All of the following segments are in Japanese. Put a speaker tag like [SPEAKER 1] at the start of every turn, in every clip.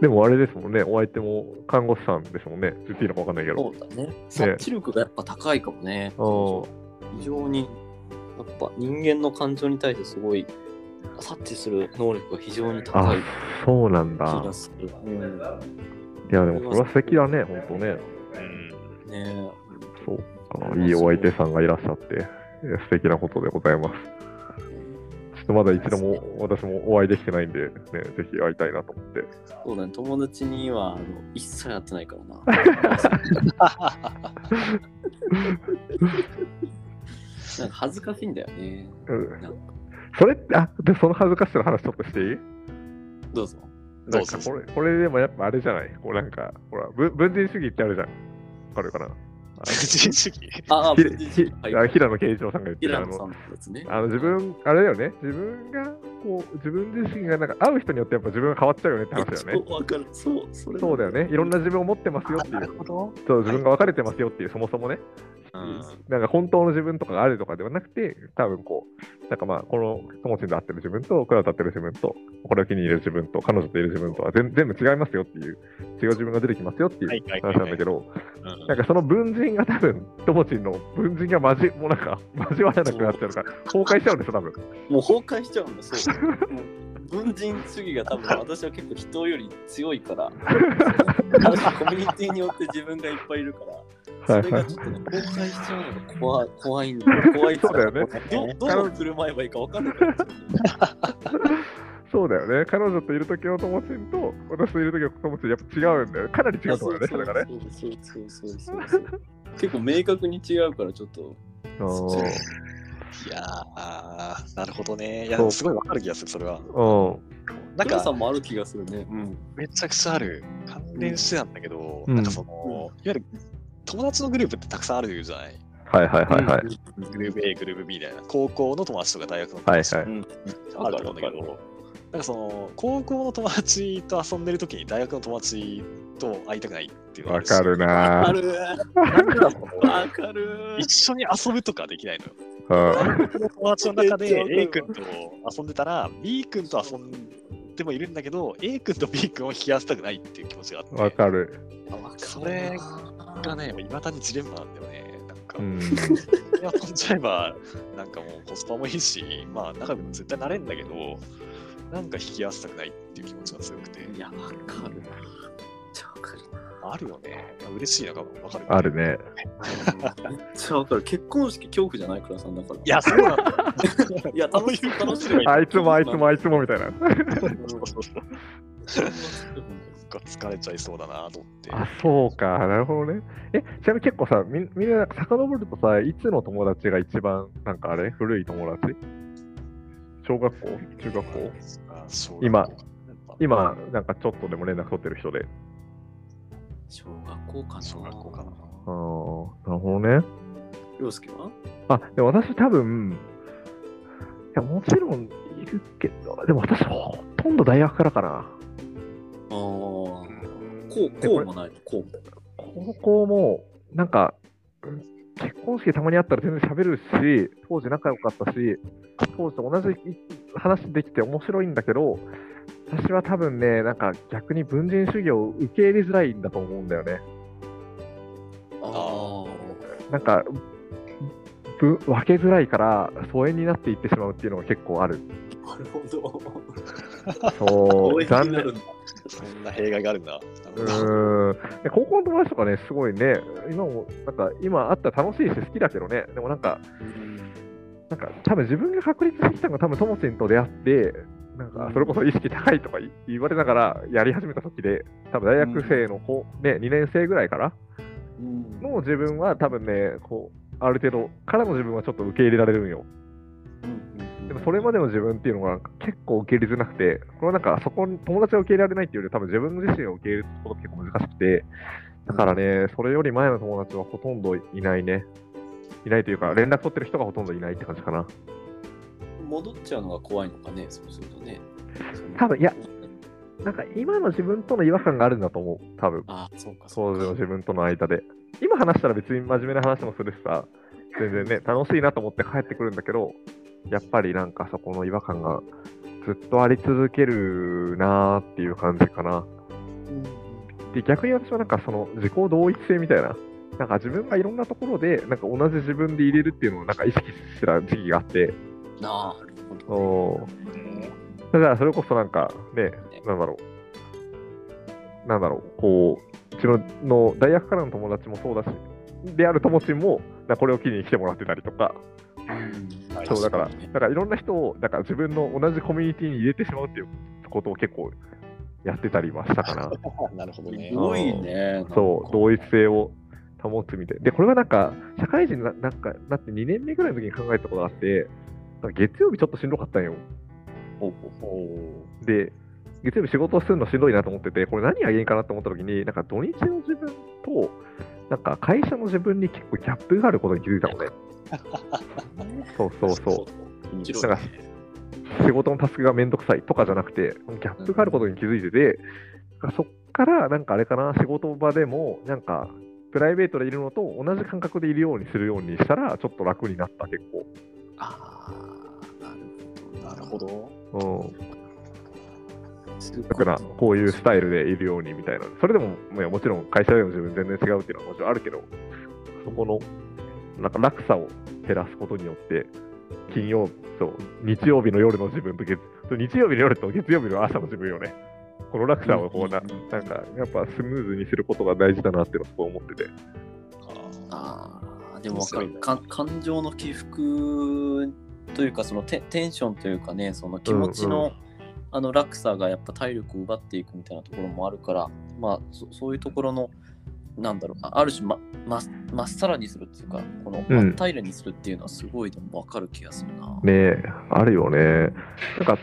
[SPEAKER 1] でもあれですもんね、お相手も看護師さんですもんね、言っていいのか分かんないけど。
[SPEAKER 2] そうだね。察知力がやっぱ高いかもね。非常に、やっぱ人間の感情に対してすごい、察知する能力が非常に
[SPEAKER 1] あ
[SPEAKER 2] 高い
[SPEAKER 1] そうなん
[SPEAKER 2] 気
[SPEAKER 1] だ
[SPEAKER 2] が。する。うん、ね
[SPEAKER 1] いや、でもそれは素敵だね、本当ね。
[SPEAKER 2] え
[SPEAKER 1] そうか、いいお相手さんがいらっしゃって、いや素敵なことでございます。ちょっとまだ一度も私もお会いできてないんで、ね、ぜひ会いたいなと思って。
[SPEAKER 2] そうだね、友達にはあの一切会ってな いからな。なんか恥ずかしいんだよね。
[SPEAKER 1] うん
[SPEAKER 2] なんか
[SPEAKER 1] それって、あで、その恥ずかしさの話ちょっとしていい
[SPEAKER 2] どうぞ。
[SPEAKER 1] な
[SPEAKER 3] ど
[SPEAKER 1] ん
[SPEAKER 3] う
[SPEAKER 1] か
[SPEAKER 3] ぞ
[SPEAKER 1] これ、これでもやっぱあれじゃないこうなんか、ほら、ぶ文人主義ってあるじゃん。わかる かな
[SPEAKER 3] 人主義
[SPEAKER 2] ああ、
[SPEAKER 1] ひ
[SPEAKER 2] ひ
[SPEAKER 1] ひあ平野啓一郎さんが言ってるあ
[SPEAKER 2] 平野さ
[SPEAKER 1] の
[SPEAKER 2] んのやつね。
[SPEAKER 1] あの自分、あれだよね、自分がこう、自分自身がなんか会う人によってやっぱ自分が変わっちゃうよねって話だよね。
[SPEAKER 2] そうわかる。そう、それ
[SPEAKER 1] そうだよね、いろんな自分を持ってますよっていう、
[SPEAKER 3] ど。
[SPEAKER 1] そう自分が分かれてますよっていう、そもそもね、
[SPEAKER 3] うん。
[SPEAKER 1] なんか本当の自分とかがあるとかではなくて、多分こう、なんかまあ、この友達で会ってる自分と、クラウド会ってる自分と、これを気に入れる自分と、彼女といる自分とは全全部違いますよっていう、違う自分が出てきますよっていう
[SPEAKER 3] はいはいは
[SPEAKER 1] 話
[SPEAKER 3] い
[SPEAKER 1] な
[SPEAKER 3] は
[SPEAKER 1] ん
[SPEAKER 3] い
[SPEAKER 1] だけど、
[SPEAKER 3] うん
[SPEAKER 1] なんかその文人が多分、友人の文人が交もうなんか交わらなくなっちゃうのか、崩壊しちゃうんですよ、多分。
[SPEAKER 2] もう崩壊しちゃうんだ、そう。もう文人主義が多分私は結構人より強いから、あのコミュニティによって自分がいっぱいいるから、それがちょっとね、崩壊しちゃうのが怖い怖いんだよ。怖いっていか
[SPEAKER 1] そうだよ
[SPEAKER 3] ね
[SPEAKER 2] どどう振る舞えばいいか分かんなくなっちゃうんだよね
[SPEAKER 1] そうだよね。彼女といる時の友達と、私といる時の友達やっぱ違うんだよね。かなり違うとこだよね、それがね。
[SPEAKER 2] そうそうそうそうそうそうそう。結構明確に違うから、ちょっと。
[SPEAKER 1] う
[SPEAKER 3] いやー、なるほどね。いや
[SPEAKER 1] そう、
[SPEAKER 3] すごいわかる気がする、それは。
[SPEAKER 1] ん。
[SPEAKER 3] なん
[SPEAKER 2] 皆さ
[SPEAKER 3] か、
[SPEAKER 2] んもある気がするね。うん。
[SPEAKER 3] めちゃくちゃある。関連してたんだけど、
[SPEAKER 1] うん
[SPEAKER 3] なんかその、いわゆる友達のグループってたくさんあるじゃない
[SPEAKER 1] はいはいはいはい。
[SPEAKER 3] グループ A、グループ B みたいな。高校の友達とか大学の友
[SPEAKER 1] はい
[SPEAKER 3] 達と
[SPEAKER 1] は
[SPEAKER 3] か
[SPEAKER 1] い。
[SPEAKER 3] あると思うんだけど、なんかその、高校の友達と遊んでる時に大学の友達と会いたくないっていうのがあ
[SPEAKER 1] わ
[SPEAKER 3] し
[SPEAKER 1] かる
[SPEAKER 2] わ
[SPEAKER 1] な
[SPEAKER 2] か
[SPEAKER 1] ぁ。
[SPEAKER 2] るわかる
[SPEAKER 3] 一緒に遊ぶとかできないのよ。
[SPEAKER 1] うん
[SPEAKER 3] 友達の中
[SPEAKER 2] め
[SPEAKER 3] で
[SPEAKER 2] っちゃわかる
[SPEAKER 3] A 君と遊んでたら B 君と遊んでもいるんだけど A 君と B 君を冷やしたくないっていう気持ちがあ
[SPEAKER 1] わ
[SPEAKER 3] って
[SPEAKER 1] かる。
[SPEAKER 3] それがねいまだにジレンマなんだよねなんか、
[SPEAKER 1] うん。
[SPEAKER 3] いや飛んじゃえばなんかもうコスパもいいしまあ仲良く絶対なれんだけどなんか引き合わせたくないっていう気持ちが強くて
[SPEAKER 2] いや、わかるな。めっちゃわかる
[SPEAKER 3] あるよねいや嬉しいなかわかる
[SPEAKER 1] あるね。
[SPEAKER 2] な。めっちゃわかる。結婚式恐怖じゃない、倉さんだから。
[SPEAKER 3] いやそうなんだ
[SPEAKER 2] いや、楽しい、楽しい。
[SPEAKER 1] あいつもあいつもあいつもみたいな。
[SPEAKER 3] そうそうそうなんか疲れちゃいそうだなと思って
[SPEAKER 1] あ、そうか。なるほどね。え、ちなみに結構さ、みんみんな遡るとさ、いつの友達が一番、なんかあれ古い友達小学校中学校
[SPEAKER 3] あそう
[SPEAKER 1] 今今、なんかちょっとでも連絡取ってる人で。
[SPEAKER 2] 小学校かな。
[SPEAKER 3] 小学校かな
[SPEAKER 1] ああ、なるほどね。
[SPEAKER 2] 洋介は
[SPEAKER 1] あ、でも私多分、いや、もちろんいるけど、でも私ほとんど大学からかな。
[SPEAKER 2] ああ。こう、
[SPEAKER 1] え
[SPEAKER 2] こ
[SPEAKER 1] こ
[SPEAKER 2] う
[SPEAKER 1] れ
[SPEAKER 2] もない。こうもない。
[SPEAKER 1] 高校も、なんか、うん結婚式たまにあったら全然喋るし、当時仲良かったし、当時と同じ話できて面白いんだけど、私は多分ね、なんか逆に文人主義を受け入れづらいんだと思うんだよね。
[SPEAKER 2] あ
[SPEAKER 1] なんか、ぶ分けづらいから疎遠になっていってしまうっていうのが結構あ る。
[SPEAKER 2] あ。なるほど。
[SPEAKER 1] そ
[SPEAKER 2] 応
[SPEAKER 1] う、
[SPEAKER 2] 援に
[SPEAKER 1] 残
[SPEAKER 2] な
[SPEAKER 1] 念
[SPEAKER 2] るんだ。
[SPEAKER 3] そんな弊害があるんだ。な
[SPEAKER 1] う
[SPEAKER 3] るほど
[SPEAKER 1] ーんで高校の友達とかね、すごいね、今も、なんか、今あったら楽しいし、好きだけどね、でもなんか、なんか、多分自分が確立してきたのが、多分ともちんと出会って、なんか、それこそ意識高いとかい言われながら、やり始めた時で、多分大学生の子、ね、2年生ぐらいから
[SPEAKER 2] うん
[SPEAKER 1] の自分は、多分ね、こう、ある程度からの自分はちょっと受け入れられるんよ。でもそれまでの自分っていうのが結構受け入れづらくて、これはなんかそこに友達を受け入れられないっていうよりは多分自分自身を受け入れることが結構難しくて、だからね、それより前の友達はほとんどいないね。いないというか、連絡取ってる人がほとんどいないって感じかな。
[SPEAKER 2] 戻っちゃうのが怖いのかね、そうするとね。
[SPEAKER 1] 多分いやなんか今の自分との違和感があるんだと思う、多分。
[SPEAKER 2] ああ、そうか、
[SPEAKER 1] 当時の
[SPEAKER 2] か。
[SPEAKER 1] 自分との間で。今話したら別に真面目な話もするしさ、全然ね、楽しいなと思って帰ってくるんだけど、やっぱりなんかそこの違和感がずっとあり続けるなーっていう感じかな。で、逆に私はなんかその自己同一性みたいな、なんか自分がいろんなところで、なんか同じ自分で入れるっていうのをなんか意識してた時期があって、
[SPEAKER 2] なるほど。
[SPEAKER 1] おーだからそれこそなんかね、なんだろう、なんだろう、こう、うちのの大学からの友達もそうだし、である友達も、なんかこれを機に来てもらってたりとか、
[SPEAKER 3] はい
[SPEAKER 1] そうだから
[SPEAKER 2] 確かにね、
[SPEAKER 1] だからいろんな人を、だから自分の同じコミュニティに入れてしまうっていうことを結構やってたりはしたかな。
[SPEAKER 3] なるほどね
[SPEAKER 2] す。ごいね。
[SPEAKER 1] そう、同一性を保つみたい。で、これはなんか、社会人にななんかなって2年目ぐらいの時に考えたことがあって、なんか月曜日ちょっとしんどかったんよ。
[SPEAKER 2] お
[SPEAKER 1] で、月曜日仕事するのしんどいなと思ってて、これ何が原因かなと思った時に、なんか土日の自分と、なんか会社の自分に結構ギャップがあることに気づいたのね。そうそうそう。
[SPEAKER 3] 面
[SPEAKER 2] 白
[SPEAKER 1] いね仕事のタスクがめんどくさいとかじゃなくて、ギャップがあることに気づいてて、なんかそっから、なんかあれかな、仕事場でも、なんか、プライベートでいるのと同じ感覚でいるようにするようにしたら、ちょっと楽になった、結
[SPEAKER 2] ああ、なるほど。
[SPEAKER 3] なるほど。
[SPEAKER 1] 構。うん。
[SPEAKER 2] ど。
[SPEAKER 1] だから、こういうスタイルでいるようにみたいな。それでも、いやもちろん会社での自分全然違うっていうのはもちろんあるけど、そこの、なんか落差を減らすことによって、金曜そう、日曜日の夜の自分と月、そう日曜日の夜と月曜日の朝の自分よね。この落差をこうな、なんか、やっぱスムーズにすることが大事だなっていうのはすごい思ってて。
[SPEAKER 3] あ
[SPEAKER 2] ああ、でもわかる
[SPEAKER 3] 面白いね
[SPEAKER 2] か感情の起伏というか、そのテテンションというかね、その気持ちの、
[SPEAKER 1] うんう
[SPEAKER 2] あの落差がやっぱ体力を奪っていくみたいなところもあるから、まあ、そそういうところの、なんだろう、あある種ま、ま、まっさらにするっていうか、この、
[SPEAKER 1] うん
[SPEAKER 2] まっ平らにするっていうのはすごいでもわかる気がするな。
[SPEAKER 1] ねえ、あるよね。なんか、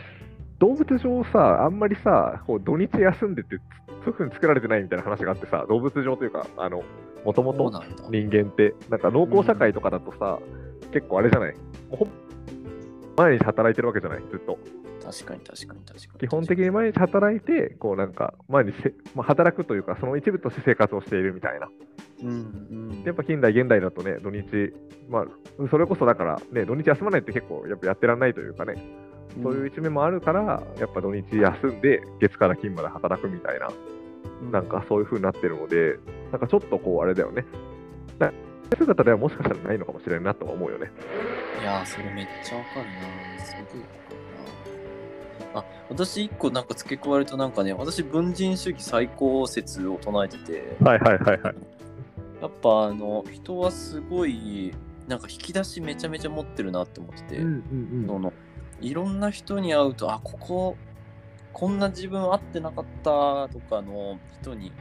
[SPEAKER 1] 動物上さ、あんまりさ、こう土日休んでて、そういうふうに作られてないみたいな話があってさ、動物上というか、あの、もとも
[SPEAKER 2] そう
[SPEAKER 1] と
[SPEAKER 2] なんだ。
[SPEAKER 1] 人間って、なんか農耕社会とかだとさ、結構あれじゃない、もうほぼ毎日働いてるわけじゃない、ずっと。
[SPEAKER 2] 確かに確かに確かに。
[SPEAKER 1] 基本的に毎日働いて、こうなんか、毎日せ、まあ、働くというか、その一部として生活をしているみたいな。
[SPEAKER 2] うんうん
[SPEAKER 1] やっぱ近代、現代だとね、土日、まあ、それこそだから、ね、土日休まないって結構やっぱやってらんないというかね、そういう一面もあるから、やっぱ土日休んで、月から金まで働くみたいな。なんかそういう風になってるので、なんかちょっとこう、あれだよね。な姿ではもしかしたらないのかもしれんなとは思うよね。
[SPEAKER 2] いやーそれめっちゃわかるなすごいわかるなあ私一個なんか付け加えるとなんかね私文人主義最高説を唱えてて
[SPEAKER 1] はいはいはいはい。
[SPEAKER 2] やっぱあの人はすごいなんか引き出しめちゃめちゃ持ってるなって思ってて、そのいろんな人に会うとあこここんな自分会ってなかったとかの人に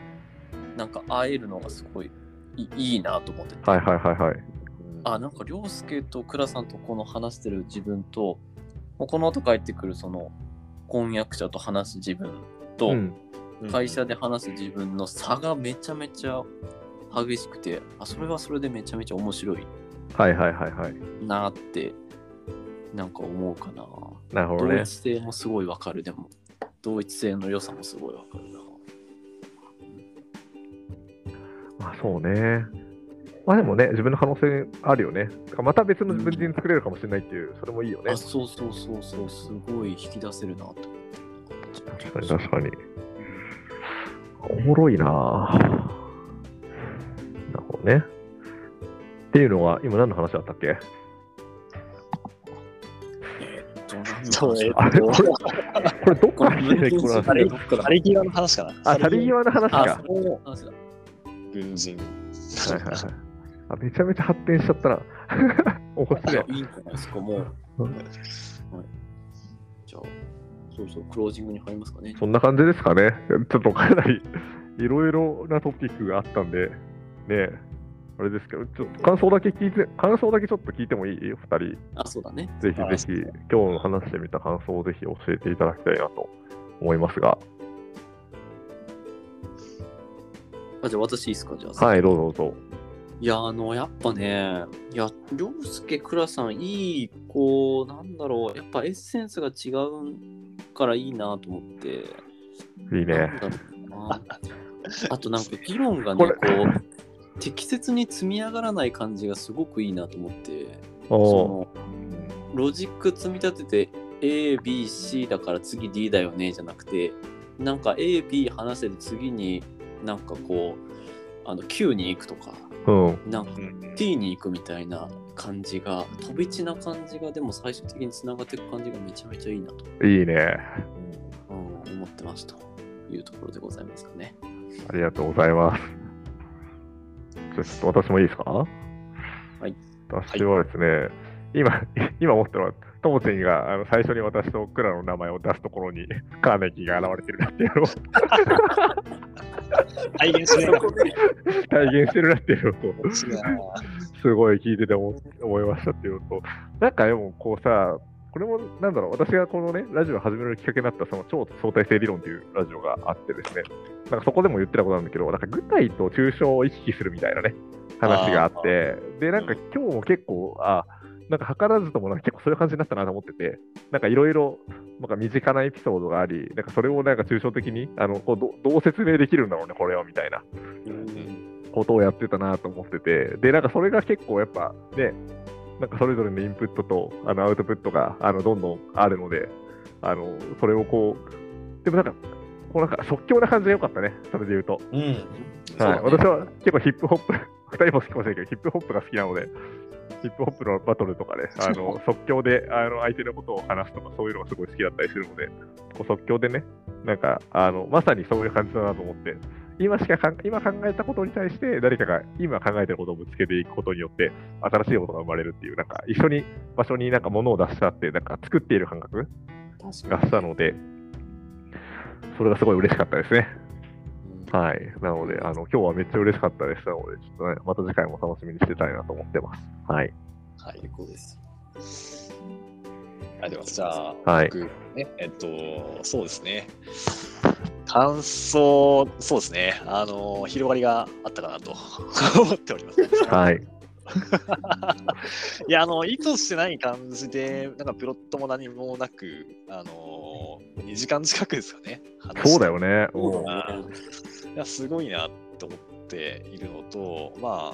[SPEAKER 2] なんか会えるのがすごいいいいなと思ってて、
[SPEAKER 1] はいはいはいはい。
[SPEAKER 2] あなんか涼介と倉さんとこの話してる自分ともうこの後帰ってくるその婚約者と話す自分と、
[SPEAKER 1] うん
[SPEAKER 2] 会社で話す自分の差がめちゃめちゃ激しくてあそれはそれでめちゃめちゃ面白い
[SPEAKER 1] はいはいはいはい。
[SPEAKER 2] なってなんか思うかな、
[SPEAKER 1] なるほど
[SPEAKER 2] 同
[SPEAKER 1] ね
[SPEAKER 2] 一。性もすごいわかるでも同一性の良さもすごいわかるな
[SPEAKER 1] まあそうね。まあでもね、自分の可能性あるよね。また別の文人作れるかもしれないっていう、それもいいよね
[SPEAKER 2] あ。そうそうそうそうすごい引き出せるなと思って
[SPEAKER 1] 確かに確かに。おもろいなぁ。なるほどね。っていうのは、今何の話だったっけ
[SPEAKER 2] どうなんだ
[SPEAKER 3] そうえっ
[SPEAKER 1] あれ
[SPEAKER 3] と
[SPEAKER 1] これ これどっから来てるこれ
[SPEAKER 2] あれどっから
[SPEAKER 3] 去り際の話かな。
[SPEAKER 1] あ、去り際の話か。はい
[SPEAKER 2] あそういう話だ
[SPEAKER 3] 軍 人。
[SPEAKER 1] はいはいあめちゃめちゃ発展しちゃったな。 面白い。
[SPEAKER 2] いいんじゃないですか、もう。じゃあ、そうそう、クロージングに入りますかね。
[SPEAKER 1] そんな感じですかね。ちょっとかなりいろいろなトピックがあったんで、ねあれですけど、ちょっと感想だけ聞いて、感想だけちょっと聞いてもいい ?2 人。
[SPEAKER 2] あ、そうだね。
[SPEAKER 1] ぜひぜひ、今日の話してみた感想をぜひ教えていただきたいなと思いますが、
[SPEAKER 2] あじゃあ、私いいですか、じゃあ。
[SPEAKER 1] はい、
[SPEAKER 2] い。
[SPEAKER 1] どうぞどうぞ。
[SPEAKER 2] いや、あの、やっぱね、いや、りょうすけ、くらさん、いい子、なんだろう、やっぱエッセンスが違うからいいなと思って。
[SPEAKER 1] いいね
[SPEAKER 2] なん。だろうな。あと、なんか、議論が
[SPEAKER 1] こ
[SPEAKER 2] ね、こ
[SPEAKER 1] れ
[SPEAKER 2] う、適切に積み上がらない感じがすごくいいなと思って
[SPEAKER 1] おー
[SPEAKER 2] そのロジック積み立てて ABC だから次 D だよねじゃなくてなんか AB 話せて次になんかこうあの Q に行くとか
[SPEAKER 1] うん
[SPEAKER 2] なんか
[SPEAKER 3] うん
[SPEAKER 2] T に行くみたいな感じが飛び地な感じがでも最終的につながっていく感じがめちゃめちゃいいなと、
[SPEAKER 1] いいね。
[SPEAKER 2] うん、思ってますというところでございますかね。。
[SPEAKER 1] ありがとうございます。ちょっと私もいいですかはい私はですね、今、 今持ってるのは、ともちんがあの最初に私とクラの名前を出すところにカーネギーが現れてるなっていうのを
[SPEAKER 3] 体現しないな。
[SPEAKER 1] 体現してるなっていうのを
[SPEAKER 3] 面白いな
[SPEAKER 1] すごい聞いてて思思いましたっていうのと、なんかでもこうさ、これもなんだろう、私がこのね、ラジオを始めるきっかけになった、その超相対性理論っていうラジオがあってですね、なんかそこでも言ってたことなんだけど、なんか具体と抽象を行き来するみたいなね、話があって、で、なんか今日も結構、あ、なんか図らずともなんか結構そういう感じになったなと思ってて、なんかいろいろ、なんか身近なエピソードがあり、なんかそれをなんか抽象的に、あのこうどどう説明できるんだろうね、これはみたいな。
[SPEAKER 2] うん
[SPEAKER 1] ことをやってたなと思ってて、で、なんかそれが結構やっぱね、なんかそれぞれのインプットとあのアウトプットがあのどんどんあるので、あのそれをこう、でもなんか、こうなんか即興な感じが良かったね、それで言うと。
[SPEAKER 3] うん。
[SPEAKER 2] そう
[SPEAKER 1] は
[SPEAKER 2] だ
[SPEAKER 1] い、
[SPEAKER 2] ね
[SPEAKER 1] 私は結構ヒップホップ、2人も好き かもしれないけど、ヒップホップが好きなので、ヒップホップのバトルとかね、あ の即興であの相手のことを話すとか、そういうのがすごい好きだったりするので、こう即興でね、なんかあの、まさにそういう感じだなと思って、今しかかん今考えたことに対して、誰かが今考えてることをぶつけていくことによって、新しいことが生まれるっていう、なんか一緒に場所になんか物を出したって、なんか作っている感覚
[SPEAKER 2] 確
[SPEAKER 1] が
[SPEAKER 2] かに
[SPEAKER 1] したので、それがすごい嬉しかったですね。
[SPEAKER 2] うん
[SPEAKER 1] はい。なので、あの、今日はめっちゃ嬉しかったです。なので、ちょっとね、また次回も楽しみにしてたいなと思ってます。はい。
[SPEAKER 3] はい。
[SPEAKER 2] 最高です。
[SPEAKER 3] ありがとうございます。じゃあ、
[SPEAKER 1] はい
[SPEAKER 3] 僕、ね、えっと、そうですね。感想、そうですね。あの、広がりがあったかなと思っております。
[SPEAKER 1] はい。
[SPEAKER 3] いや、あの、意図してない感じで、なんかプロットも何もなく、あの、2時間近くですかね。
[SPEAKER 1] そうだよね。
[SPEAKER 2] そうだ
[SPEAKER 1] うん
[SPEAKER 2] ね
[SPEAKER 3] いや、すごいなと思っているのと、まあ、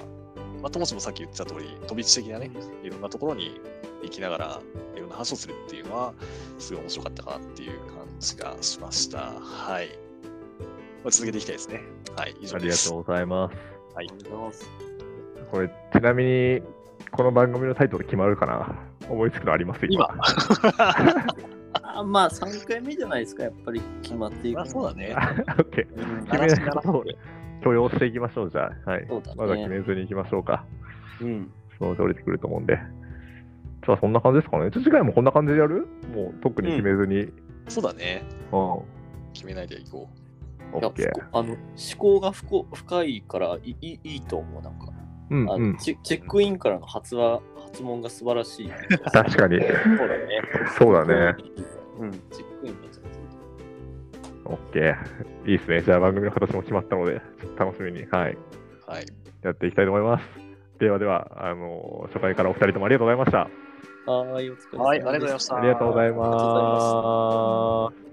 [SPEAKER 3] まあ、ともしもさっき言ってた通り、飛び地的なね、いろんなところに行きながら、いろんな話をするっていうのは、すごい面白かったかなっていう感じがしました。はい。まあ、続けていきたいですね。はい、以
[SPEAKER 1] あ
[SPEAKER 3] 上
[SPEAKER 1] り
[SPEAKER 3] で
[SPEAKER 1] が
[SPEAKER 3] す。
[SPEAKER 1] とうございます。
[SPEAKER 2] ありがとうございます。
[SPEAKER 1] これ、ちなみに、この番組のタイトル決まるかな思いつくのあります
[SPEAKER 3] 今。
[SPEAKER 2] あまあ3回目じゃないですか、やっぱり決まっていくの
[SPEAKER 3] ま
[SPEAKER 2] は。
[SPEAKER 3] あ、そうだ ね。
[SPEAKER 1] オッケー。
[SPEAKER 2] うん
[SPEAKER 1] 決めないと許容していきましょう、じゃあ。はい。
[SPEAKER 2] そうだね
[SPEAKER 1] まだ決めずにいきましょうか。
[SPEAKER 2] うん。
[SPEAKER 1] その通りてくると思うんで。じゃあ、そんな感じですかね。じゃあ次回もこんな感じでやるもう、特に決めずに。うん。
[SPEAKER 3] そうだね。
[SPEAKER 1] オ
[SPEAKER 3] 決めないでいこう。
[SPEAKER 2] いや
[SPEAKER 1] ッケー。
[SPEAKER 2] あの思考がふこ深いからいいいいと思う、なんか。
[SPEAKER 1] うん
[SPEAKER 2] あ
[SPEAKER 1] う
[SPEAKER 2] の
[SPEAKER 1] ん。
[SPEAKER 2] チェチェックインからの発話発問が素晴 らしい。
[SPEAKER 1] 確 かに。
[SPEAKER 2] そうだね。
[SPEAKER 1] そうだね。
[SPEAKER 2] うん、チェックインめちゃめちゃいいと思う
[SPEAKER 1] オッケー。いいですね。じゃあ番組の形も決まったので、ちょっと楽しみに、はい、
[SPEAKER 3] はい。
[SPEAKER 1] やっていきたいと思います。ではでは、あの初回からお二人ともありがとうございました。
[SPEAKER 2] はーい、お疲れ様です。
[SPEAKER 3] はい、ありがとうございました。
[SPEAKER 1] ありがとうござい
[SPEAKER 2] ありがとうございま
[SPEAKER 1] ます。